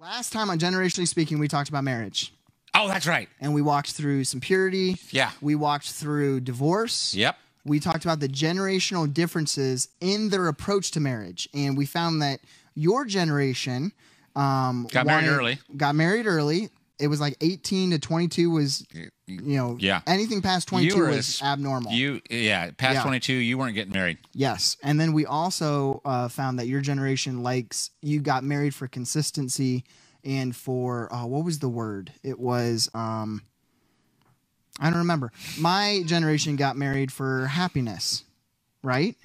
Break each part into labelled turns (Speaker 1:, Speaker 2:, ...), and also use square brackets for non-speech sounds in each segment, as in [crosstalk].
Speaker 1: Last time on Generationally Speaking, we talked about marriage
Speaker 2: Oh, that's right.
Speaker 1: and we walked through some purity.
Speaker 2: Yeah.
Speaker 1: We walked through divorce.
Speaker 2: Yep.
Speaker 1: We talked about the generational differences in their approach to marriage. And we found that your generation um,
Speaker 2: Got married early.
Speaker 1: Got married early. It was like 18 to 22 was, you know,
Speaker 2: Yeah.
Speaker 1: anything past 22
Speaker 2: were a
Speaker 1: was
Speaker 2: s-
Speaker 1: abnormal.
Speaker 2: You yeah, past
Speaker 1: Yeah.
Speaker 2: 22, you weren't getting married.
Speaker 1: Yes. And then we also uh, found that your generation likes you got married for consistency and for uh, what was the word? It was um, I don't remember. My generation got married for happiness, right?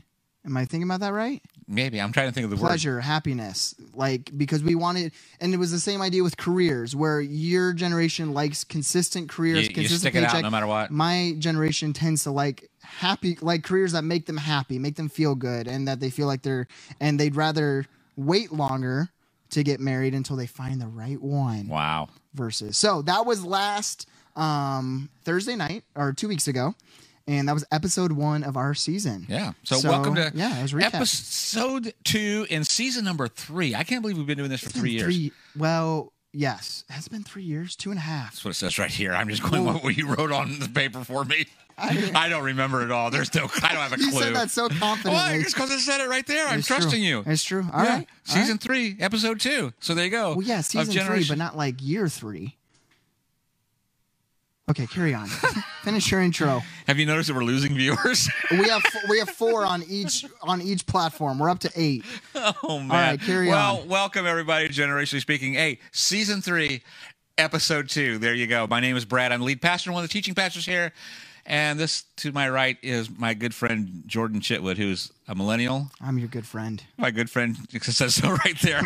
Speaker 1: Am I thinking about that right?
Speaker 2: Maybe I'm trying to think of the word.
Speaker 1: Pleasure, happiness, like because we wanted, and it was the same idea with careers, where your generation likes consistent
Speaker 2: You,
Speaker 1: careers,
Speaker 2: you
Speaker 1: consistent
Speaker 2: stick it out
Speaker 1: paycheck,
Speaker 2: no matter what.
Speaker 1: my generation tends to like happy like careers that make them happy make them feel good and that they feel like they're and they'd rather wait longer to get married until they find the right one
Speaker 2: Wow.
Speaker 1: versus so that was last um thursday night or two weeks ago and that was episode one of our season
Speaker 2: Yeah. So, welcome to
Speaker 1: yeah it was a recap.
Speaker 2: episode two in season number three. I can't believe we've been doing this for
Speaker 1: It's been
Speaker 2: three years.
Speaker 1: well yes has it been three years two and a half
Speaker 2: That's what it says right here. I'm just going what you wrote on the paper for me. [laughs] I, don't remember at all. There's no. I don't have a clue.
Speaker 1: you said that
Speaker 2: [laughs]
Speaker 1: so confidently
Speaker 2: Why? Just because I said it right there. Oh, I'm
Speaker 1: It's true.
Speaker 2: trusting you.
Speaker 1: it's true All right.
Speaker 2: Yeah.
Speaker 1: all right.
Speaker 2: Season three, episode two. So there you go.
Speaker 1: Well, yeah,
Speaker 2: Of
Speaker 1: season three, but
Speaker 2: Generation-
Speaker 1: not like year three. Okay, carry
Speaker 2: [laughs]
Speaker 1: on. Finish your intro.
Speaker 2: Have you noticed that we're losing viewers? [laughs]
Speaker 1: We have we have four on each on each platform. We're up to eight.
Speaker 2: Oh man!
Speaker 1: right, carry
Speaker 2: well,
Speaker 1: on.
Speaker 2: welcome everybody to Generationally Speaking. Hey, season three, episode two. There you go. My name is Brad. I'm the lead pastor, and one of the teaching pastors here. And this to my right is my good friend Jordan Chitwood, who's a millennial.
Speaker 1: I'm your good friend.
Speaker 2: My good friend [laughs] it says so right
Speaker 1: [laughs]
Speaker 2: there.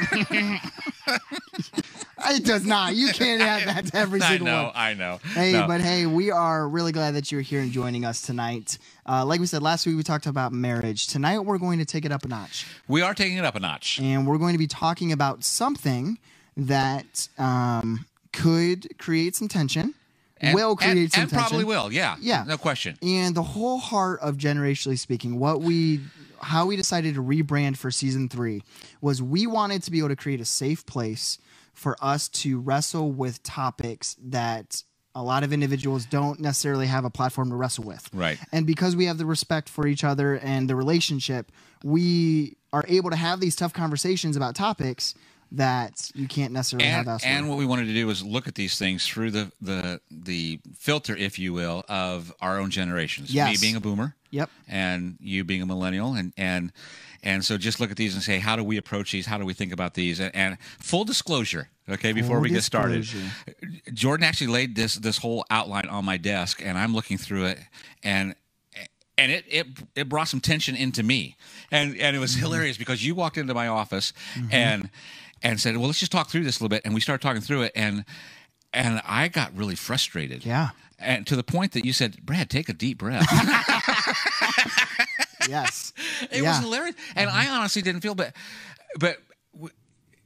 Speaker 1: It does not. You can't add that to every
Speaker 2: [laughs] I
Speaker 1: single
Speaker 2: know,
Speaker 1: one.
Speaker 2: I know.
Speaker 1: Hey,
Speaker 2: No.
Speaker 1: but hey, we are really glad that you're here and joining us tonight. Uh, like we said last week, we talked about marriage. Tonight, we're going to take it up a notch,
Speaker 2: we are taking it up a notch.
Speaker 1: and we're going to be talking about something that um, could create some tension,
Speaker 2: And-
Speaker 1: will create
Speaker 2: and,
Speaker 1: some
Speaker 2: and
Speaker 1: tension,
Speaker 2: probably will. Yeah,
Speaker 1: Yeah.
Speaker 2: no question.
Speaker 1: and the whole heart of generationally speaking what we how we decided to rebrand for season three was we wanted to be able to create a safe place for us to wrestle with topics that a lot of individuals don't necessarily have a platform to wrestle with
Speaker 2: Right.
Speaker 1: and because we have the respect for each other and the relationship we are able to have these tough conversations about topics that you can't necessarily have
Speaker 2: and,
Speaker 1: elsewhere.
Speaker 2: and what we wanted to do was look at these things through the the the filter, if you will, of our own generations. Me
Speaker 1: Yes.
Speaker 2: being a boomer.
Speaker 1: Yep.
Speaker 2: And you being a millennial, and and and so just look at these and say, how do we approach these? How do we think about these? And, and full disclosure, okay, before
Speaker 1: Full
Speaker 2: we get started,
Speaker 1: disclosure.
Speaker 2: Jordan actually laid this this whole outline on my desk, and I'm looking through it, and and it it, it brought some tension into me, and and it was
Speaker 1: Mm-hmm.
Speaker 2: hilarious because you walked into my office and and said, well, let's just talk through this a little bit, and we started talking through it, and and I got really frustrated,
Speaker 1: Yeah.
Speaker 2: and to the point that you said, Brad, take a deep
Speaker 1: [laughs]
Speaker 2: breath.
Speaker 1: yes
Speaker 2: [laughs] It
Speaker 1: Yeah. Mm-hmm.
Speaker 2: was hilarious, and I honestly didn't feel bad. But we,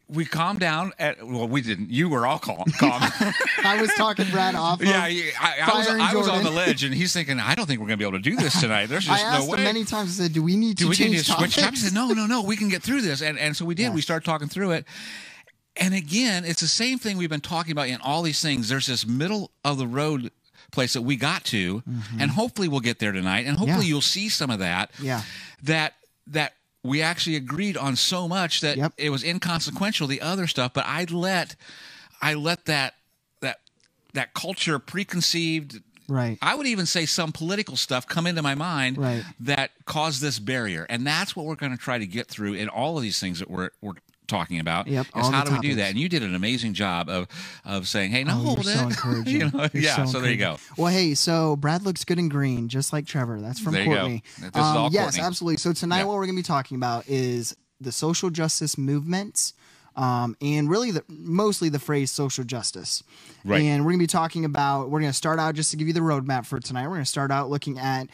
Speaker 2: we calmed down. At well, we didn't. You were all
Speaker 1: [laughs]
Speaker 2: calm. calm.
Speaker 1: i was talking brad off of-
Speaker 2: yeah, you- I, I, was,
Speaker 1: Fire and
Speaker 2: I was on
Speaker 1: Jordan.
Speaker 2: the ledge, and he's thinking, I don't think we're going to be able to do this tonight.
Speaker 1: [laughs]
Speaker 2: There's
Speaker 1: I
Speaker 2: just
Speaker 1: asked
Speaker 2: no way.
Speaker 1: him many times. I said, "Do we need to
Speaker 2: do we
Speaker 1: change
Speaker 2: need to switch
Speaker 1: topics?"
Speaker 2: topics? He said, No, no, no. We can get through this, and and so we did. We
Speaker 1: Yes.
Speaker 2: started talking through it. And again, it's the same thing we've been talking about in all these things. There's this middle of the road place that we got to, and hopefully we'll get there tonight. And hopefully
Speaker 1: Mm-hmm. Yeah.
Speaker 2: you'll see some of that.
Speaker 1: Yeah.
Speaker 2: That that we actually agreed on so much that
Speaker 1: Yep.
Speaker 2: it was inconsequential the other stuff. But I let I let that that that culture preconceived.
Speaker 1: Right.
Speaker 2: I would even say some political stuff come into my mind
Speaker 1: Right.
Speaker 2: that caused this barrier, and that's what we're going to try to get through in all of these things that we're we're talking about.
Speaker 1: Yep,
Speaker 2: is
Speaker 1: all the
Speaker 2: how do we do that?
Speaker 1: topics.
Speaker 2: And you did an amazing job of of saying, "Hey, no,
Speaker 1: Oh,
Speaker 2: hold
Speaker 1: you're
Speaker 2: it." [laughs]
Speaker 1: so encouraging.
Speaker 2: you know,
Speaker 1: You're
Speaker 2: yeah. So, there you go.
Speaker 1: encouraging. Well, hey, so Brad looks good in green, just like Trevor. That's from
Speaker 2: There you go.
Speaker 1: Courtney. Um,
Speaker 2: This is all
Speaker 1: yes,
Speaker 2: Courtney.
Speaker 1: absolutely. So tonight,
Speaker 2: Yeah.
Speaker 1: what we're going to be talking about is the social justice movements, um, and really the mostly the phrase social justice.
Speaker 2: Right.
Speaker 1: And we're going to be talking about. We're going to start out just to give you the roadmap for tonight. We're going to start out looking at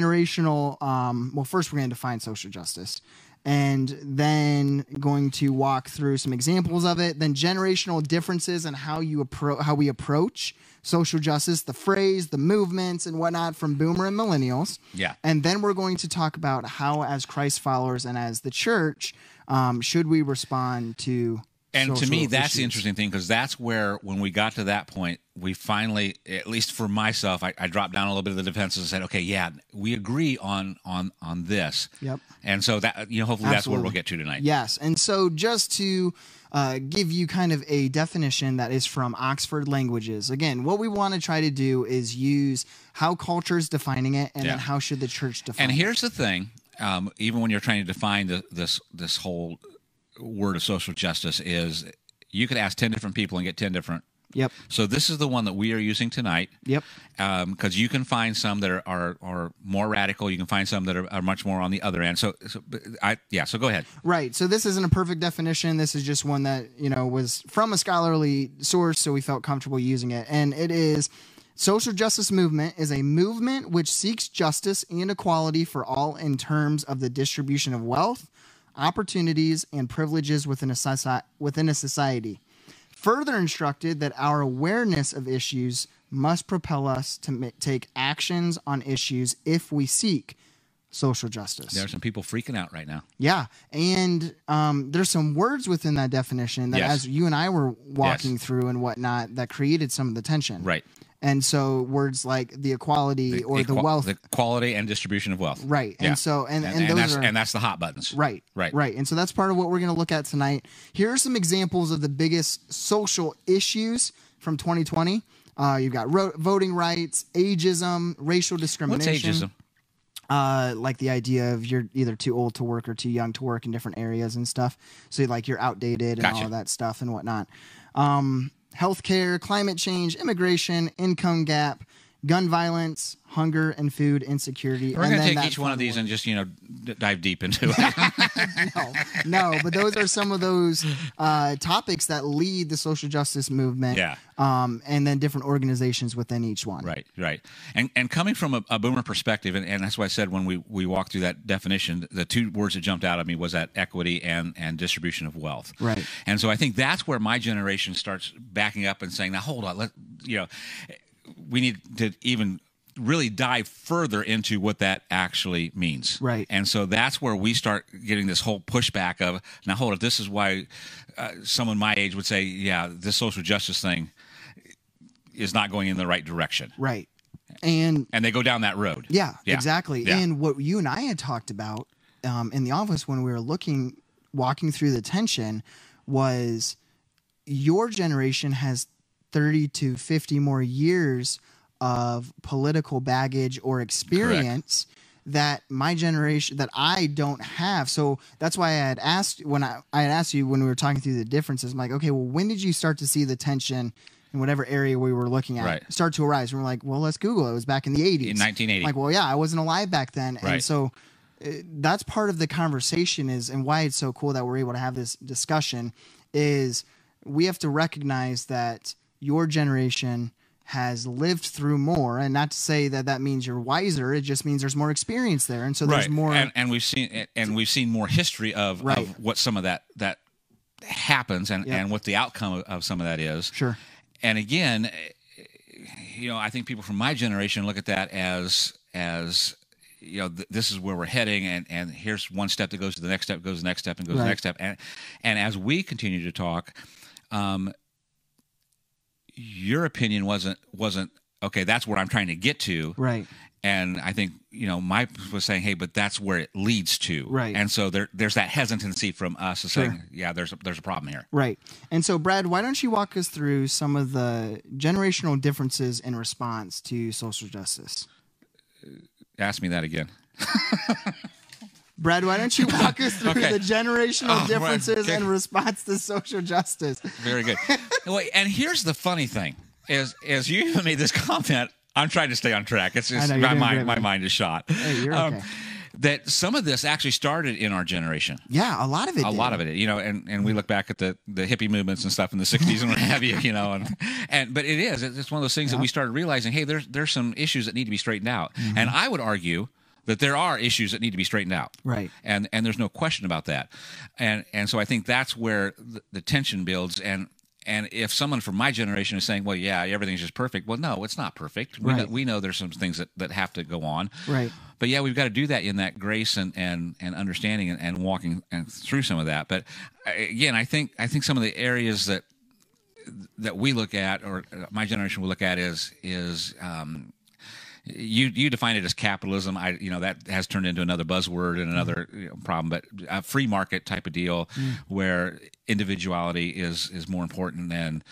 Speaker 1: generational. Um, well, first we're going to define social justice. And then going to walk through some examples of it, then generational differences and how you appro- how we approach social justice, the phrase, the movements, and whatnot from boomer and millennials.
Speaker 2: Yeah.
Speaker 1: And then we're going to talk about how, as Christ followers and as the church, um, should we respond to
Speaker 2: And to me,
Speaker 1: social
Speaker 2: that's the
Speaker 1: issues.
Speaker 2: interesting thing because that's where, when we got to that point, we finally, at least for myself, I, I dropped down a little bit of the defenses and said, "Okay, yeah, we agree on on on this."
Speaker 1: Yep.
Speaker 2: And so that you know, hopefully, that's where
Speaker 1: Absolutely.
Speaker 2: we'll get to tonight.
Speaker 1: Yes. And so, just to uh, give you kind of a definition that is from Oxford Languages, again, what we want to try to do is use how culture is defining it and then
Speaker 2: Yeah.
Speaker 1: how should the church define
Speaker 2: And
Speaker 1: it.
Speaker 2: here's the thing: um, even when you're trying to define the, this this whole word of social justice, is you could ask ten different people and get ten different.
Speaker 1: Yep.
Speaker 2: So this is the one that we are using tonight.
Speaker 1: Yep.
Speaker 2: because you can find some that are, are are more radical. You can find some that are, are much more on the other end. So, so but I yeah. So go ahead.
Speaker 1: Right. So this isn't a perfect definition. This is just one that, you know, was from a scholarly source, so we felt comfortable using it. And it is social justice movement is a movement which seeks justice and equality for all in terms of the distribution of wealth, opportunities, and privileges within a soci- within a society. Further instructed that our awareness of issues must propel us to ma- take actions on issues if we seek social justice.
Speaker 2: There are some people freaking out right now.
Speaker 1: Yeah, and um, there's some words within that definition that,
Speaker 2: Yes.
Speaker 1: as you and I were walking through and whatnot, that created some of the tension.
Speaker 2: Right.
Speaker 1: And so words like the equality or the
Speaker 2: Equa-
Speaker 1: wealth.
Speaker 2: the quality and distribution of wealth.
Speaker 1: right.
Speaker 2: Yeah.
Speaker 1: And so and
Speaker 2: And,
Speaker 1: and,
Speaker 2: and
Speaker 1: those
Speaker 2: that's
Speaker 1: are
Speaker 2: and that's the hot buttons.
Speaker 1: right.
Speaker 2: Right.
Speaker 1: Right. And so that's part of what we're going to look at tonight. Here are some examples of the biggest social issues from 2020. Uh, you've got ro- voting rights, ageism, racial
Speaker 2: What's
Speaker 1: discrimination
Speaker 2: ageism?
Speaker 1: uh, like the idea of you're either too old to work or too young to work in different areas and stuff. So like you're outdated and all
Speaker 2: Gotcha.
Speaker 1: of that stuff and whatnot. Um, healthcare, climate change, immigration, income gap, gun violence, hunger and food insecurity.
Speaker 2: We're
Speaker 1: and
Speaker 2: going to
Speaker 1: then
Speaker 2: take
Speaker 1: that
Speaker 2: each one of
Speaker 1: fun
Speaker 2: these and just you know d- dive
Speaker 1: [laughs]
Speaker 2: deep into it.
Speaker 1: no, no, but those are some of those uh, topics that lead the social justice movement.
Speaker 2: Yeah.
Speaker 1: Um, and then different organizations within each one.
Speaker 2: Right, right. And and coming from a, a boomer perspective, and, and that's why I said when we, we walked through that definition, the two words that jumped out at me was that equity and, and distribution of wealth.
Speaker 1: Right.
Speaker 2: And so I think that's where my generation starts backing up and saying, now hold on, let you know, we need to even really dive further into what that actually means.
Speaker 1: Right.
Speaker 2: And so that's where we start getting this whole pushback of now hold on, this is why uh, someone my age would say, yeah, this social justice thing is not going in the right direction
Speaker 1: Right. And
Speaker 2: and they go down that road.
Speaker 1: Yeah, exactly.
Speaker 2: Yeah.
Speaker 1: And what you and I had talked about um, in the office when we were looking, walking through the tension, was your generation has 30 to 50 more years of political baggage or experience that my generation that I don't have. So that's why I had asked when I, I had asked you when we were talking through the differences, I'm like, okay, well, when did you start to see the tension in whatever area we were looking at
Speaker 2: Right.
Speaker 1: start to arise? And we're like, well, let's Google it. It was back in the 80s.
Speaker 2: In 1980.
Speaker 1: Like, well, yeah, I wasn't alive back then. And
Speaker 2: Right.
Speaker 1: so uh, that's part of the conversation is and why it's so cool that we're able to have this discussion is we have to recognize that your generation has lived through more and not to say that that means you're wiser it just means there's more experience there and so there's more
Speaker 2: and, and we've seen and we've seen more history of,
Speaker 1: Right.
Speaker 2: of what some of that that happens and
Speaker 1: Yep.
Speaker 2: and what the outcome of, of some of that is.
Speaker 1: sure
Speaker 2: And again, you know, I think people from my generation look at that as as you know, th- this is where we're heading, and and here's one step that goes to the next step, goes to the next step, and goes to
Speaker 1: Right.
Speaker 2: the next step, and and as we continue to talk, um, your opinion wasn't wasn't okay. That's where I'm trying to get to,
Speaker 1: right
Speaker 2: and I think you know Mike was saying, "Hey, but that's where it leads to."
Speaker 1: Right.
Speaker 2: And so there, there's that hesitancy from us of
Speaker 1: Sure.
Speaker 2: saying, "Yeah, there's a, there's a problem here."
Speaker 1: right and so brad why don't you walk us through some of the generational differences in response to social justice
Speaker 2: Ask me that again.
Speaker 1: Brad, why [laughs] don't you walk us through
Speaker 2: Okay.
Speaker 1: the generational
Speaker 2: Oh, Brad,
Speaker 1: differences
Speaker 2: okay.
Speaker 1: in response to social justice?
Speaker 2: Very good. [laughs] Wait, and here's the funny thing: is is you [laughs] even made this comment. I'm trying to stay on track. It's just
Speaker 1: know, you're
Speaker 2: my
Speaker 1: doing
Speaker 2: mind
Speaker 1: great,
Speaker 2: my
Speaker 1: man.
Speaker 2: mind is shot. Um,
Speaker 1: you're okay.
Speaker 2: That some of this actually started in our generation.
Speaker 1: Yeah, a lot of it. Mm.
Speaker 2: a lot of it you know and, and we look back at the, the hippie movements and stuff in the 60s and what have you you know and, and but it is it's one of those things that we started realizing hey there's there's some issues that need to be straightened out
Speaker 1: Mm-hmm.
Speaker 2: and i would argue that there are issues that need to be straightened out
Speaker 1: Right.
Speaker 2: and and there's no question about that and and so i think that's where the, the tension builds and And if someone from my generation is saying, "Well, yeah, everything's just perfect," well, no, it's not perfect. We, know,
Speaker 1: Right.
Speaker 2: we know there's some things that, that have to go on,
Speaker 1: Right.
Speaker 2: But yeah, we've got to do that in that grace and and, and understanding and, and walking and through some of that. But uh, again, I think I think some of the areas that that we look at, or uh, my generation will look at, is is um, you you define it as capitalism. I you know that has turned into another buzzword and another you know, problem, but a free market type of deal where individuality is is more important than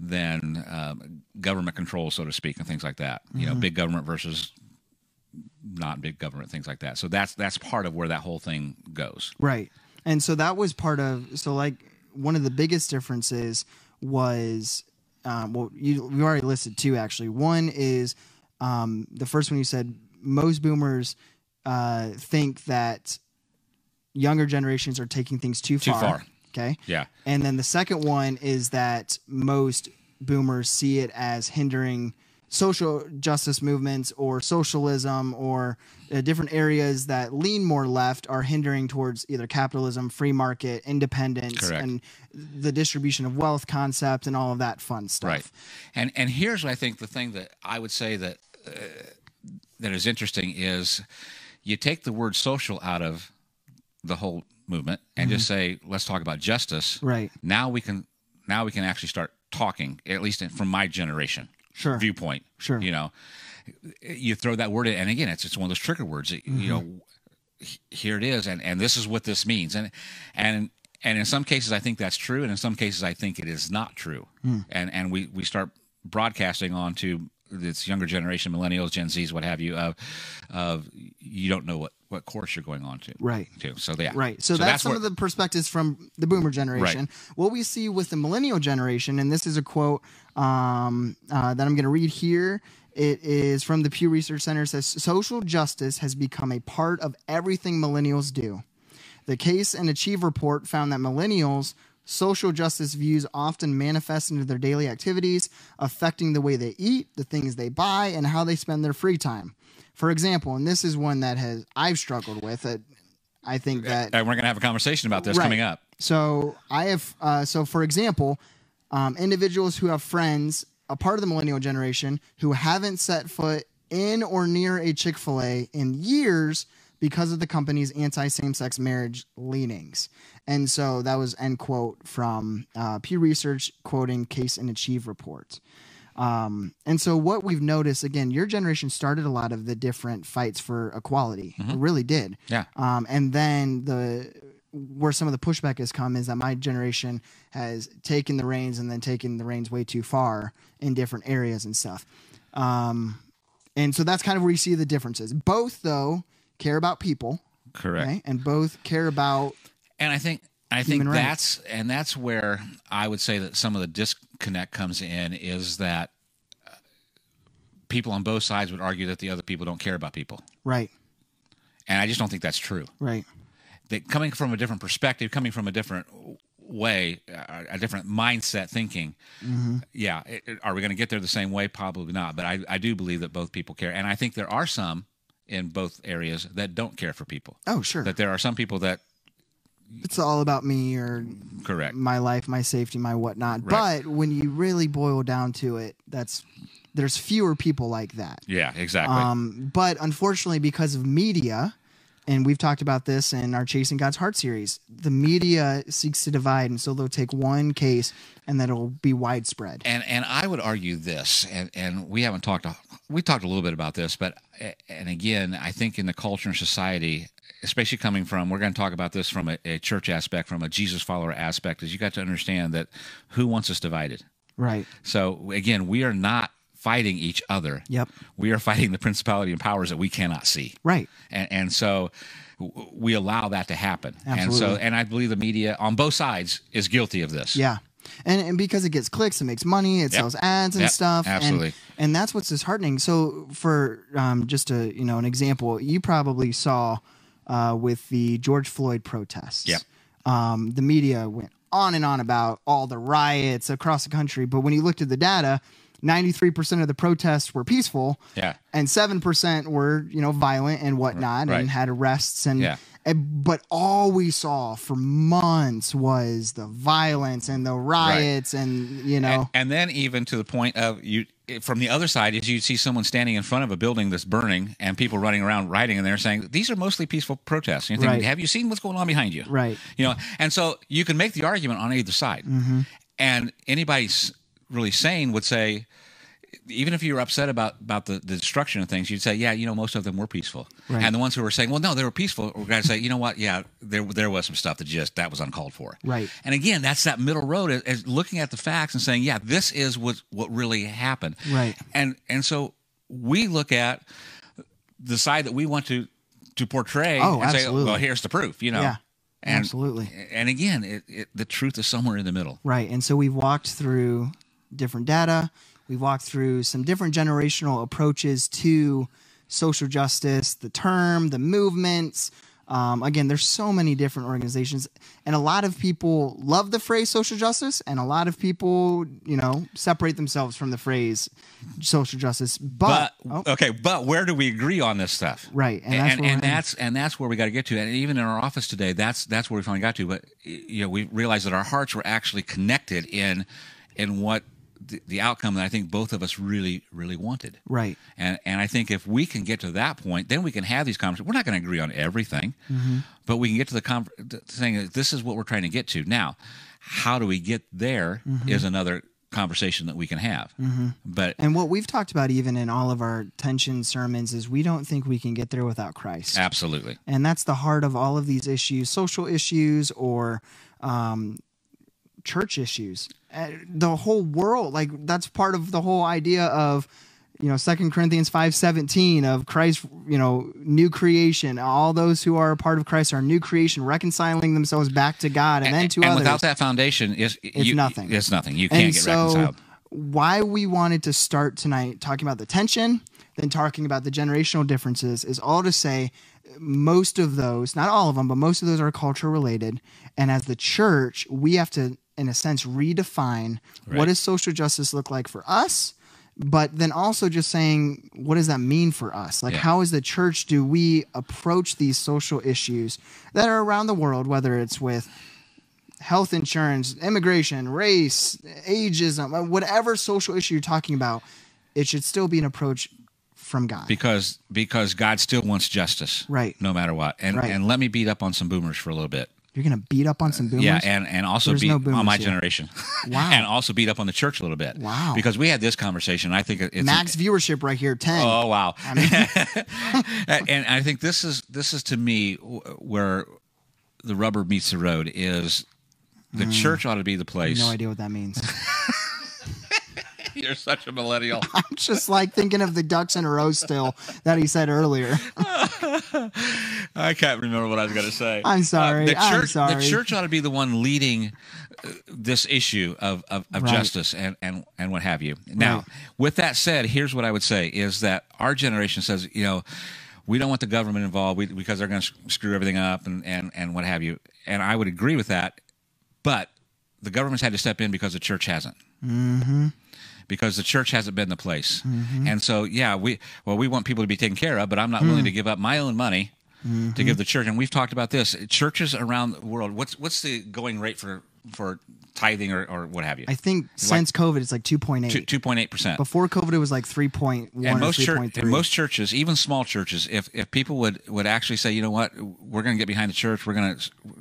Speaker 2: than um, government control, so to speak, and things like that. You know, big government versus not big government, things like that. So that's that's part of where that whole thing goes.
Speaker 1: Right. And so that was part of so like one of the biggest differences was um, well you we already listed two actually. One is um, the first one you said most boomers uh, think that younger generations are taking things too
Speaker 2: Too
Speaker 1: far.
Speaker 2: far.
Speaker 1: Okay.
Speaker 2: Yeah.
Speaker 1: And then the second one is that most boomers see it as hindering social justice movements or socialism or uh, different areas that lean more left are hindering towards either capitalism, free market, independence,
Speaker 2: Correct.
Speaker 1: and the distribution of wealth concept and all of that fun stuff.
Speaker 2: Right. And and here's I think the thing that I would say that uh, that is interesting is you take the word social out of the whole movement and just say let's talk about justice.
Speaker 1: Right.
Speaker 2: Now we can now we can actually start talking at least from my generation
Speaker 1: Sure.
Speaker 2: viewpoint.
Speaker 1: Sure.
Speaker 2: You know, you throw that word in and again it's it's one of those trigger words. that,
Speaker 1: Mm-hmm.
Speaker 2: You know, here it is and and this is what this means and and and in some cases i think that's true and in some cases i think it is not true
Speaker 1: Hmm.
Speaker 2: and and we we start broadcasting on to this younger generation millennials gen z's what have you of of you don't know what what course you're going on to
Speaker 1: Right.
Speaker 2: to so yeah
Speaker 1: Right. So, that's, some
Speaker 2: where-
Speaker 1: of the perspectives from the boomer generation. What we see with the millennial generation, and this is a quote um, uh, that I'm going to read here. It is from the Pew Research Center. It says social justice has become a part of everything millennials do. The Case and Achieve report found that millennials' social justice views often manifest into their daily activities, affecting the way they eat, the things they buy, and how they spend their free time. For example, and this is one that has I've struggled with. That I think that
Speaker 2: and we're going to have a conversation about this
Speaker 1: Right.
Speaker 2: coming up
Speaker 1: so I have. Uh, so for example, um, individuals who have friends, a part of the millennial generation, who haven't set foot in or near a Chick Fil A in years because of the company's anti-same-sex marriage leanings. And so that was end quote from uh, Pew Research quoting Case and Achieve report. Um, and so what we've noticed again, your generation started a lot of the different fights for equality. It really did.
Speaker 2: Yeah.
Speaker 1: Um, and then the where some of the pushback has come is that my generation has taken the reins and then taken the reins way too far in different areas and stuff. Um, and so that's kind of where you see the differences. Both though care about people,
Speaker 2: correct
Speaker 1: okay? and both care about
Speaker 2: and I think I think
Speaker 1: Human rights.
Speaker 2: that's and that's where I would say that some of the disconnect comes in is that uh, people on both sides would argue that the other people don't care about people,
Speaker 1: right,
Speaker 2: and I just don't think that's true.
Speaker 1: right,
Speaker 2: That coming from a different perspective, coming from a different way, uh, a different mindset, thinking,
Speaker 1: Mm-hmm.
Speaker 2: yeah, it- it- are we going to get there the same way? Probably not. But I, I do believe that both people care, and I think there are some in both areas that don't care for people.
Speaker 1: oh sure,
Speaker 2: That there are some people that
Speaker 1: it's all about me or
Speaker 2: correct.
Speaker 1: my life, my safety, my whatnot.
Speaker 2: Right.
Speaker 1: But when you really boil down to it, that's there's fewer people like that.
Speaker 2: Yeah, exactly.
Speaker 1: Um, but unfortunately, because of media, and we've talked about this in our Chasing God's Heart series, the media seeks to divide, and so they'll take one case and then it'll be widespread.
Speaker 2: and and I would argue this, and and we haven't talked we talked a little bit about this, but and again, I think in the culture and society, especially coming from, we're going to talk about this from a, a church aspect, from a Jesus follower aspect, is you got to understand that who wants us divided.
Speaker 1: Right.
Speaker 2: So again, we are not fighting each other.
Speaker 1: Yep.
Speaker 2: We are fighting the principality and powers that we cannot see
Speaker 1: Right.
Speaker 2: and, and so w- we allow that to happen and so
Speaker 1: Absolutely.
Speaker 2: and i believe the media on both sides is guilty of this
Speaker 1: Yeah. And, and because it gets clicks, it makes money, it sells ads and
Speaker 2: Yep.
Speaker 1: stuff. and-
Speaker 2: Absolutely.
Speaker 1: And, that's what's disheartening. So for um, just a you know an example, you probably saw uh, with the George Floyd protests.
Speaker 2: Yep.
Speaker 1: Um, the media went on and on about all the riots across the country, but when you looked at the data, 93% of the protests were peaceful
Speaker 2: yeah
Speaker 1: and seven percent were you know violent and whatnot
Speaker 2: Right.
Speaker 1: and had arrests and
Speaker 2: Yeah.
Speaker 1: And, but all we saw for months was the violence and the riots and you know
Speaker 2: And, and then even to the point of you from the other side is you'd see someone standing in front of a building that's burning and people running around writing and they're saying these are mostly peaceful protests. And you think,
Speaker 1: Right.
Speaker 2: have you seen what's going on behind you?
Speaker 1: Right.
Speaker 2: You know, and so you can make the argument on either side.
Speaker 1: Mm-hmm.
Speaker 2: And anybody s- really sane would say, even if you were upset about about the, the destruction of things, you'd say, yeah, you know, most of them were peaceful.
Speaker 1: Right.
Speaker 2: And the ones who were saying, well, no, they were peaceful, were going to say, you know what, yeah, there there was some stuff that just that was uncalled for.
Speaker 1: Right.
Speaker 2: And again, that's that middle road is, is looking at the facts and saying, yeah, this is what what really happened.
Speaker 1: Right.
Speaker 2: And and so we look at the side that we want to to portray
Speaker 1: Oh,
Speaker 2: and say,
Speaker 1: absolutely.
Speaker 2: well, here's the proof, you know.
Speaker 1: Yeah,
Speaker 2: And-
Speaker 1: absolutely.
Speaker 2: And again, it, it, the truth is somewhere in the middle.
Speaker 1: Right. And so we've walked through different data. We've walked through some different generational approaches to social justice, the term, the movements. Um, again, there's so many different organizations, and a lot of people love the phrase social justice, and a lot of people, you know, separate themselves from the phrase social justice. But,
Speaker 2: But
Speaker 1: oh,
Speaker 2: okay, but where do we agree on this stuff?
Speaker 1: right, and that's
Speaker 2: and and,
Speaker 1: where we're in.
Speaker 2: that's and that's where we got to get to. And even in our office today, that's that's where we finally got to. But y- you know, we realized that our hearts were actually connected in in what the, the outcome that I think both of us really really wanted.
Speaker 1: right,
Speaker 2: And and I think if we can get to that point, then we can have these conversations. We're not going to agree on everything,
Speaker 1: Mm-hmm.
Speaker 2: but we can get to the con- saying that this is what we're trying to get to. Now, how do we get there is
Speaker 1: Mm-hmm.
Speaker 2: another conversation that we can have. But
Speaker 1: and what we've talked about even in all of our tension sermons is we don't think we can get there without Christ.
Speaker 2: absolutely,
Speaker 1: and that's the heart of all of these issues social issues or um, church issues Uh, the whole world like that's part of the whole idea of you know second corinthians 5.17 of christ you know new creation all those who are a part of christ are new creation reconciling themselves back to god and, then to others
Speaker 2: without that foundation, is it's
Speaker 1: nothing.
Speaker 2: It's nothing. You can't
Speaker 1: and
Speaker 2: get
Speaker 1: so
Speaker 2: reconciled.
Speaker 1: why we wanted to start tonight talking about the tension then talking about the generational differences is all to say most of those not all of them but most of those are culture related and as the church we have to in a sense redefine what
Speaker 2: Right.
Speaker 1: does social justice look like for us but then also just saying what does that mean for us like
Speaker 2: Yeah.
Speaker 1: how as the church do we approach these social issues that are around the world whether it's with health insurance, immigration, race, ageism, uh, whatever social issue you're talking about, it should still be an approach from God.
Speaker 2: because because God still wants justice,
Speaker 1: Right.
Speaker 2: No matter what. And
Speaker 1: Right.
Speaker 2: and let me beat up on some boomers for a little bit.
Speaker 1: you're going to beat up on some boomers?
Speaker 2: Yeah, and, and also
Speaker 1: There's
Speaker 2: beat
Speaker 1: no
Speaker 2: on
Speaker 1: boomers
Speaker 2: my
Speaker 1: here.
Speaker 2: generation. [laughs]
Speaker 1: Wow.
Speaker 2: and also beat up on the church a little bit.
Speaker 1: Wow.
Speaker 2: Because we had this conversation. I think it- it's
Speaker 1: Max viewership right here, 10.
Speaker 2: [laughs] Oh wow.
Speaker 1: [laughs]
Speaker 2: and [laughs] and I think this is this is to me wh- where the rubber meets the road is the church ought to be the place.
Speaker 1: Mm. no idea what that means.
Speaker 2: [laughs]
Speaker 1: [laughs]
Speaker 2: You're such a millennial.
Speaker 1: I'm just like thinking of the ducks in a row still that he said earlier.
Speaker 2: I can't remember what I was going to say. Uh,
Speaker 1: I'm sorry.
Speaker 2: the church,
Speaker 1: I'm sorry.
Speaker 2: The church ought to be the one leading uh, this issue of, of, of
Speaker 1: Right.
Speaker 2: justice and, and, and what have you. Now,
Speaker 1: Right.
Speaker 2: with that said, here's what I would say is that our generation says, you know, we don't want the government involved we, because they're going to screw everything up and, and, and what have you. And I would agree with that. But the government's had to step in because the church hasn't because the church hasn't been the place. And so, yeah, we well, we want people to be taken care of, but I'm not willing to give up my own money to give the church. And we've talked about this. Churches around the world, what's what's the going rate for for tithing or, or what have you?
Speaker 1: I think since COVID, it's like 2.8.
Speaker 2: Two point eight percent.
Speaker 1: Before COVID, it was like 3.1
Speaker 2: And
Speaker 1: or
Speaker 2: most, chur-
Speaker 1: 3.3.
Speaker 2: and most churches, even small churches, if, if people would, would actually say, you know what, we're going to get behind the church, we're going to we're,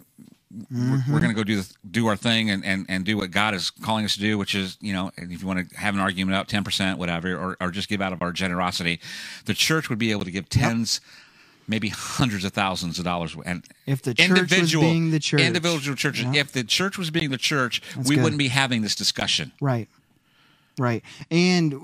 Speaker 1: Mm-hmm.
Speaker 2: we're going to go do the, do our thing and, and, and do what God is calling us to do, which is you know if you want to have an argument out ten percent, whatever, or or just give out of our generosity, the church would be able to give tens. Maybe hundreds of thousands of dollars, and
Speaker 1: If the church was
Speaker 2: individual-
Speaker 1: being the church.
Speaker 2: individual churches. If the church was being the church, we
Speaker 1: good.
Speaker 2: wouldn't be having this discussion.
Speaker 1: Right. Right. And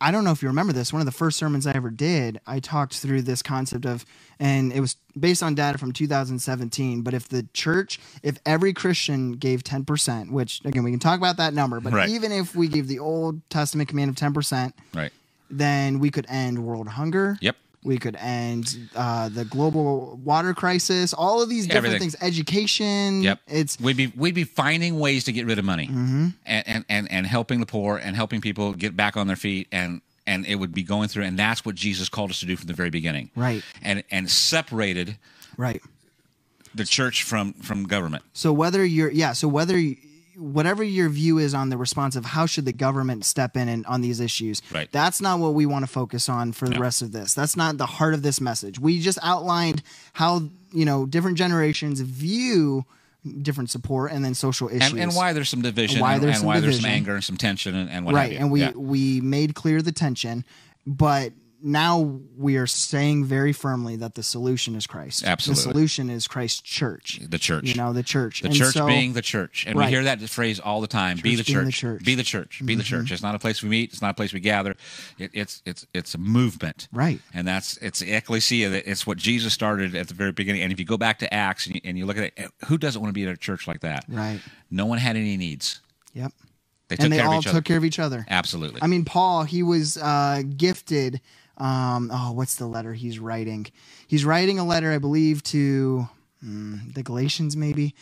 Speaker 1: I don't know if you remember this. One of the first sermons I ever did, I talked through this concept of, and it was based on data from 2017. But if the church, if every Christian gave 10%, which again, we can talk about that number, but
Speaker 2: Right.
Speaker 1: even if we give the Old Testament command of 10%,
Speaker 2: Right?
Speaker 1: then we could end world hunger.
Speaker 2: Yep.
Speaker 1: We could end uh, the global water crisis, all of these different
Speaker 2: Everything.
Speaker 1: things, education.
Speaker 2: Yep.
Speaker 1: It's Mm-hmm.
Speaker 2: we'd be we'd be finding ways to get rid of money and, and and and helping the poor and helping people get back on their feet and and it would be going through and that's what Jesus called us to do from the very beginning.
Speaker 1: Right.
Speaker 2: And and separated
Speaker 1: right.
Speaker 2: the church from from government.
Speaker 1: So whether you're yeah, so whether you, whatever your view is on the response of how should the government step in and on these issues,
Speaker 2: Right.
Speaker 1: that's not what we want to focus on for the rest of this. That's not the heart of this message. We just outlined how you know different generations view different support and then social issues.
Speaker 2: And, and why there's some division,
Speaker 1: Why
Speaker 2: and-
Speaker 1: there's
Speaker 2: and
Speaker 1: some
Speaker 2: why there's some
Speaker 1: division.
Speaker 2: anger and some tension, and, and what have
Speaker 1: right
Speaker 2: you.
Speaker 1: and we
Speaker 2: Yeah.
Speaker 1: we made clear the tension but now we are saying very firmly that the solution is christ
Speaker 2: Absolutely.
Speaker 1: the solution is christ's church
Speaker 2: the church,
Speaker 1: you know the church
Speaker 2: the
Speaker 1: and
Speaker 2: church
Speaker 1: so,
Speaker 2: being the church, and
Speaker 1: Right.
Speaker 2: we hear that phrase all the time: be the
Speaker 1: Church being
Speaker 2: church,
Speaker 1: the church. Mm-hmm.
Speaker 2: be the church, be the church. It's not a place we meet. It's not a place we gather. It, it's it's it's a movement,
Speaker 1: Right.
Speaker 2: And that's it's ecclesia. that- It's what Jesus started at the very beginning. And if you go back to Acts and you, and you look at it, who doesn't want to be at a church like that?
Speaker 1: right
Speaker 2: No one had any needs.
Speaker 1: yep
Speaker 2: They took
Speaker 1: and they
Speaker 2: care
Speaker 1: all
Speaker 2: of each
Speaker 1: took
Speaker 2: other.
Speaker 1: care of each other
Speaker 2: Absolutely.
Speaker 1: i mean paul he was uh gifted um oh what's the letter he's writing he's writing a letter i believe to mm, the galatians maybe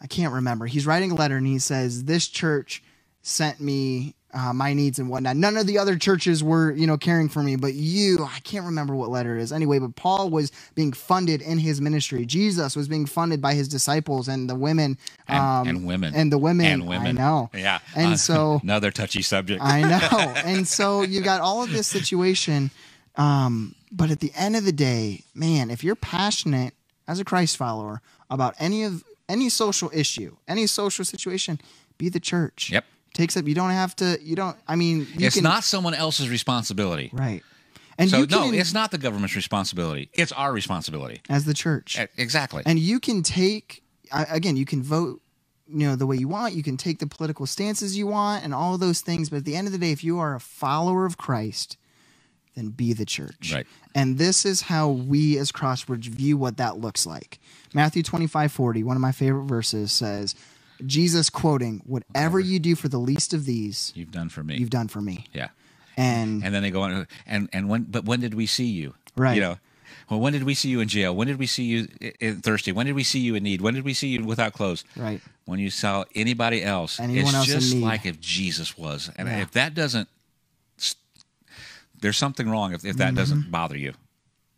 Speaker 1: i can't remember he's writing a letter and he says this church sent me uh, my needs and whatnot none of the other churches were you know caring for me but you i can't remember what letter it is anyway but paul was being funded in his ministry jesus was being funded by his disciples and the women
Speaker 2: and,
Speaker 1: um,
Speaker 2: and women
Speaker 1: and the women
Speaker 2: and women.
Speaker 1: i know
Speaker 2: Yeah. Uh,
Speaker 1: and
Speaker 2: [laughs]
Speaker 1: so
Speaker 2: another touchy subject.
Speaker 1: I know. And so you got all of this situation. Um, but at the end of the day, man, if you're passionate as a Christ follower about any of any social issue, any social situation, be the church.
Speaker 2: Yep.
Speaker 1: Takes up. You don't have to. You don't. I mean, you
Speaker 2: it's
Speaker 1: can,
Speaker 2: not someone else's responsibility.
Speaker 1: right. And
Speaker 2: So
Speaker 1: you
Speaker 2: no,
Speaker 1: can,
Speaker 2: it's not the government's responsibility. It's our responsibility.
Speaker 1: as the church.
Speaker 2: E- Exactly.
Speaker 1: and you can take I- again you can vote you know the way you want you can take the political stances you want and all of those things but at the end of the day if you are a follower of christ then be the church
Speaker 2: Right.
Speaker 1: and this is how we as crossroads view what that looks like matthew 25 40 one of my favorite verses says jesus quoting whatever you do for the least of these
Speaker 2: You've done for me.
Speaker 1: you've done for me
Speaker 2: yeah.
Speaker 1: and
Speaker 2: Mm-hmm. And then they go on and and when but when did we see you?
Speaker 1: Right.
Speaker 2: You know. Well, when did we see you in jail? When did we see you i- in thirsty? When did we see you in need? When did we see you without clothes?
Speaker 1: Right.
Speaker 2: When you saw anybody else,
Speaker 1: Anyone
Speaker 2: it's
Speaker 1: else in
Speaker 2: just
Speaker 1: need.
Speaker 2: like if Jesus was, and if that doesn't, there's something wrong. If, if that
Speaker 1: Mm-hmm.
Speaker 2: doesn't bother you,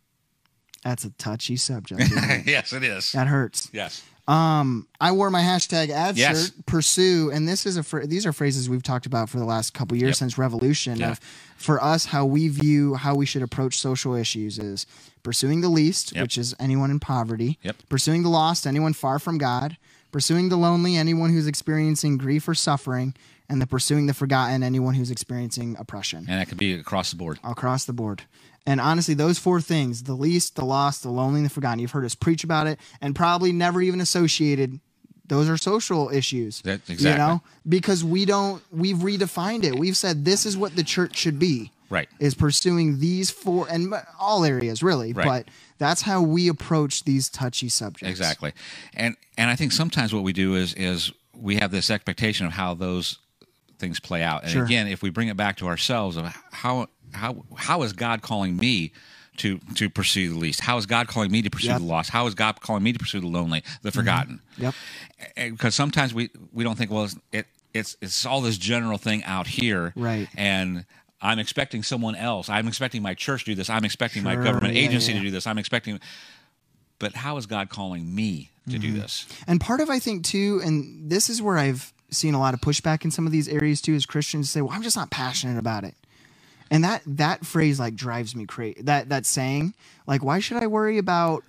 Speaker 2: [laughs]
Speaker 1: that's a touchy [laughs] subject isn't it?
Speaker 2: yes, it is.
Speaker 1: that hurts
Speaker 2: Yes.
Speaker 1: Um, I wore my hashtag ad
Speaker 2: Yes.
Speaker 1: shirt, pursue, and this is a phr- these are phrases we've talked about for the last couple years
Speaker 2: Yep.
Speaker 1: since revolution
Speaker 2: Yeah.
Speaker 1: of for us how we view how we should approach social issues is pursuing the least,
Speaker 2: Yep.
Speaker 1: which is anyone in poverty,
Speaker 2: Yep.
Speaker 1: pursuing the lost, anyone far from God, pursuing the lonely, anyone who's experiencing grief or suffering, and the pursuing the forgotten, anyone who's experiencing oppression
Speaker 2: And that could be across the board.
Speaker 1: across the board. And honestly, those four things the least, the lost, the lonely, and the forgotten you've heard us preach about it and probably never even associated. Those are social issues.
Speaker 2: That-
Speaker 1: You
Speaker 2: exactly.
Speaker 1: know, because we don't, we've redefined it. We've said this is what the church should be.
Speaker 2: Right.
Speaker 1: Is pursuing these four and all areas, really.
Speaker 2: Right.
Speaker 1: But that's how we approach these touchy subjects.
Speaker 2: Exactly. And and I think sometimes what we do is is we have this expectation of how those things play out. And
Speaker 1: Sure.
Speaker 2: again, if we bring it back to ourselves of how how how is God calling me to to pursue the least? How is God calling me to pursue
Speaker 1: Yep.
Speaker 2: the lost? How is God calling me to pursue the lonely, the forgotten?
Speaker 1: Yep.
Speaker 2: because sometimes we we don't think well it's, it it's it's all this general thing out here
Speaker 1: Right.
Speaker 2: and i'm expecting someone else i'm expecting my church to do this i'm expecting my
Speaker 1: Sure,
Speaker 2: government
Speaker 1: yeah,
Speaker 2: agency
Speaker 1: yeah.
Speaker 2: to do this i'm expecting but how is god calling me to
Speaker 1: Mm-hmm.
Speaker 2: do this
Speaker 1: And part of I think too, and this is where I've seen a lot of pushback in some of these areas too, is Christians say, "Well, I'm just not passionate about it," and that that phrase like drives me crazy. That that saying, like, why should I worry about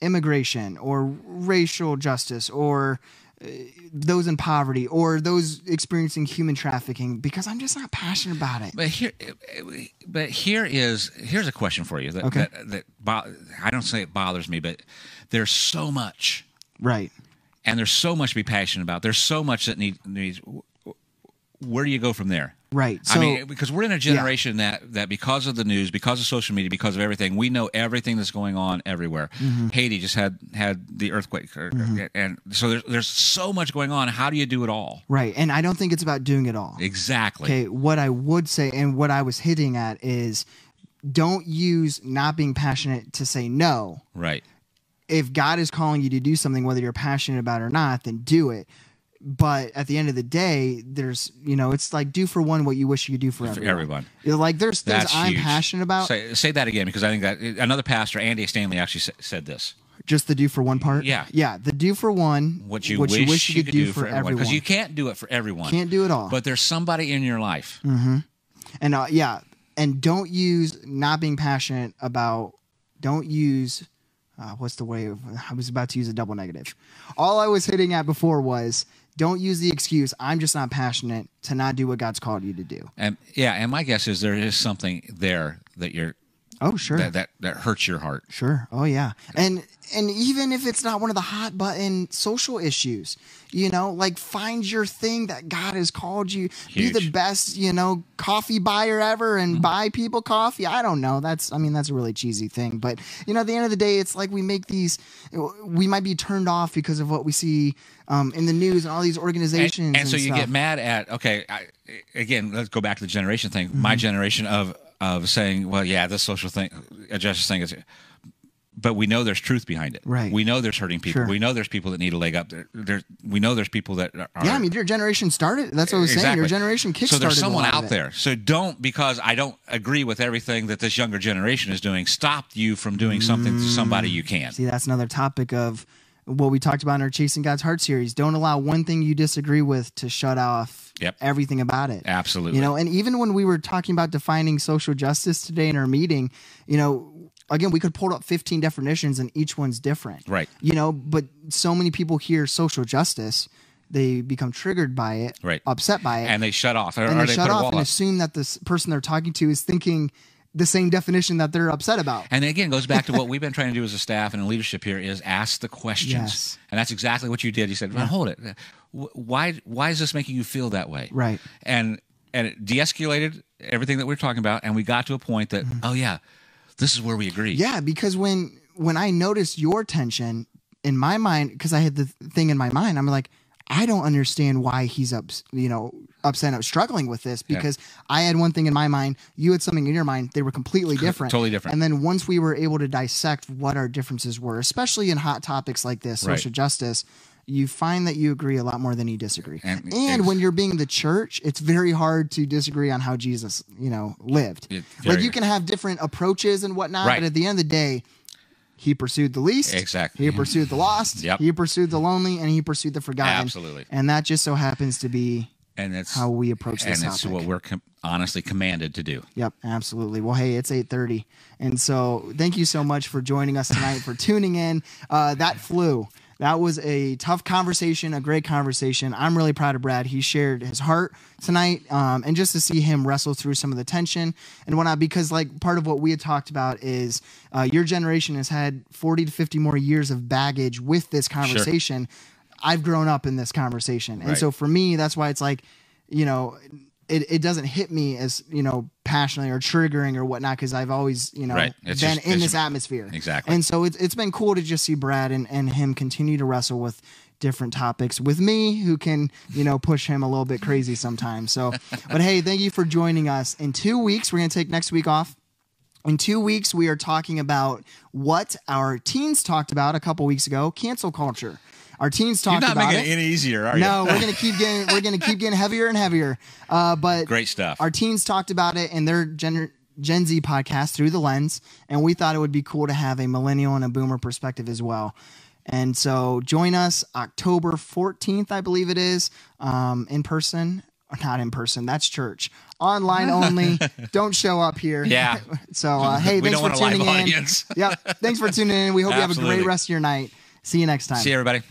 Speaker 1: immigration or racial justice or uh, those in poverty or those experiencing human trafficking because I'm just not passionate about it.
Speaker 2: but here but here is here's a question for you that
Speaker 1: Okay.
Speaker 2: that, that bo- i don't say it bothers me but there's so much
Speaker 1: Right.
Speaker 2: and there's so much to be passionate about there's so much that need, needs where do you go from there
Speaker 1: Right. So
Speaker 2: I mean, because we're in a generation that that because of the news, because of social media, because of everything, we know everything that's going on everywhere.
Speaker 1: Mm-hmm.
Speaker 2: Haiti just had had the earthquake, or- and so there's there's so much going on. How do you do it all?
Speaker 1: right, and I don't think it's about doing it all.
Speaker 2: Exactly.
Speaker 1: Okay, what I would say and what I was hitting at is don't use not being passionate to say no.
Speaker 2: Right.
Speaker 1: If God is calling you to do something, whether you're passionate about it or not, then do it. But at the end of the day, there's you know, it's like do for one what you wish you could do for everyone.
Speaker 2: everyone.
Speaker 1: You're like there's things
Speaker 2: That's
Speaker 1: I'm
Speaker 2: huge.
Speaker 1: passionate about.
Speaker 2: Say, say that again because I think that another pastor, Andy Stanley, actually sa- said this.
Speaker 1: Just the do for one part.
Speaker 2: Yeah.
Speaker 1: yeah. The do for one.
Speaker 2: What you, wish, you could, do, for everyone because you can't do it for everyone.
Speaker 1: can't do it all. Mm.
Speaker 2: But there's somebody in your life.
Speaker 1: and uh, yeah, and don't use not being passionate about. Don't use. Uh, what's the way of? I was about to use a double negative. All I was hitting at before was don't use the excuse I'm just not passionate to not do what God's called you to do.
Speaker 2: And yeah, and my guess is there is something there that you're
Speaker 1: Oh sure,
Speaker 2: that that, that hurts your heart.
Speaker 1: sure. Oh yeah, and and even if it's not one of the hot button social issues, you know, like find your thing that God has called you. Be the
Speaker 2: Huge. Mm-hmm.
Speaker 1: best, you know, coffee buyer ever and buy people coffee. I don't know. That's I mean that's a really cheesy thing, but you know, at the end of the day, it's like we make these. We might be turned off because of what we see um, in the news and all these
Speaker 2: And,
Speaker 1: organizations.
Speaker 2: and so you
Speaker 1: stuff.
Speaker 2: get mad at okay. I, again, let's go back to the generation thing.
Speaker 1: Mm-hmm.
Speaker 2: My generation of of saying, well, yeah, this social thing, uh, justice thing is. But we know there's truth behind it.
Speaker 1: Right.
Speaker 2: We know there's hurting people.
Speaker 1: Sure.
Speaker 2: We know there's people that need a leg up. There, there, we know there's people that are.
Speaker 1: Yeah, I mean, your generation started. That's what I was saying. Your generation kickstarted.
Speaker 2: So there's
Speaker 1: a
Speaker 2: someone
Speaker 1: lot of
Speaker 2: out
Speaker 1: it.
Speaker 2: there. So don't because I don't agree with everything that this younger generation is doing. Stop you from doing something to somebody you can.
Speaker 1: Mm. See, that's another topic of what we talked about in our Chasing God's Heart series. Don't allow one thing you disagree with to shut off
Speaker 2: Yep.
Speaker 1: everything about it.
Speaker 2: Absolutely.
Speaker 1: You know, and even when we were talking about defining social justice today in our meeting, you know, again, we could pull up 15 definitions and each one's different.
Speaker 2: Right.
Speaker 1: You know, but so many people hear social justice, they become triggered by it,
Speaker 2: Right.
Speaker 1: upset by it,
Speaker 2: and they shut off, or,
Speaker 1: and
Speaker 2: or
Speaker 1: they,
Speaker 2: they,
Speaker 1: shut
Speaker 2: put a
Speaker 1: off
Speaker 2: wall
Speaker 1: and
Speaker 2: up.
Speaker 1: assume that this person they're talking to is thinking the same definition that they're upset about.
Speaker 2: And again, goes back to what we've been trying to do as a staff and in leadership here is ask the questions,
Speaker 1: Yes.
Speaker 2: and that's exactly what you did. You said, well, "Hold it, Wh- why? Why is this making you feel that way?"
Speaker 1: Right.
Speaker 2: And and it de-escalated everything that we are talking about, and we got to a point that, oh yeah, this is where we agree.
Speaker 1: Mm-hmm. Yeah, because when when I noticed your tension in my mind, because I had the thing in my mind, I'm like, I don't understand why he's up, you know, upset, up struggling with this because I had one thing in my mind, you had something in your mind, they were completely different,
Speaker 2: totally different.
Speaker 1: And then once we were able to dissect what our differences were, especially in hot topics like this,
Speaker 2: Right.
Speaker 1: social justice. You find that you agree a lot more than you disagree,
Speaker 2: And-
Speaker 1: and, when you're being the church, it's very hard to disagree on how Jesus, you know, lived.
Speaker 2: It-
Speaker 1: like
Speaker 2: very-
Speaker 1: you can have different approaches and whatnot,
Speaker 2: Right.
Speaker 1: but at the end of the day, he pursued the least.
Speaker 2: Exactly.
Speaker 1: He pursued the lost.
Speaker 2: Yep.
Speaker 1: He pursued the lonely, and he pursued the forgotten.
Speaker 2: Absolutely.
Speaker 1: And that just so happens to be.
Speaker 2: and that's
Speaker 1: how we approach this
Speaker 2: and it's
Speaker 1: topic.
Speaker 2: what we're com- honestly commanded to do.
Speaker 1: Yep, absolutely. Well, hey, it's eight thirty, and so thank you so much for joining us tonight for tuning in. Uh, that flew. That was a tough conversation, a great conversation. I'm really proud of Brad. He shared his heart tonight, um, and just to see him wrestle through some of the tension and whatnot, because like part of what we had talked about is uh, your generation has had 40 to 50 more years of baggage with this conversation. I've grown up in this conversation, and
Speaker 2: Right.
Speaker 1: so for me, that's why it's like, you know, it, it doesn't hit me as you know passionately or triggering or whatnot because I've always you know
Speaker 2: Right.
Speaker 1: been
Speaker 2: It's just-
Speaker 1: in
Speaker 2: it's-
Speaker 1: this atmosphere
Speaker 2: Exactly.
Speaker 1: and so it's it's been cool to just see Brad and and him continue to wrestle with different topics with me who can you know push him a little bit crazy sometimes. So, [laughs] but hey, thank you for joining us. In two weeks, we're gonna take next week off. In two weeks, we are talking about what our teens talked about a couple weeks ago: cancel culture. Our teens
Speaker 2: You're
Speaker 1: talked
Speaker 2: not
Speaker 1: about
Speaker 2: making
Speaker 1: it.
Speaker 2: it any easier, are you?
Speaker 1: No, we're gonna keep getting we're gonna keep getting heavier and heavier. Uh, but
Speaker 2: Great stuff.
Speaker 1: Our teens talked about it in their gen Gen Z podcast through the lens, and we thought it would be cool to have a millennial and a boomer perspective as well. And so join us October 14th, I believe it is, um, in person. or Not in person. That's church.
Speaker 2: [laughs]
Speaker 1: Online only. Don't show up here.
Speaker 2: Yeah.
Speaker 1: [laughs] so uh, hey,
Speaker 2: We
Speaker 1: thanks
Speaker 2: don't
Speaker 1: for
Speaker 2: want a live
Speaker 1: tuning in.
Speaker 2: audience.
Speaker 1: Yep. Thanks for tuning in. We hope you have a great
Speaker 2: Absolutely.
Speaker 1: rest of your night. See you next time.
Speaker 2: See you, everybody.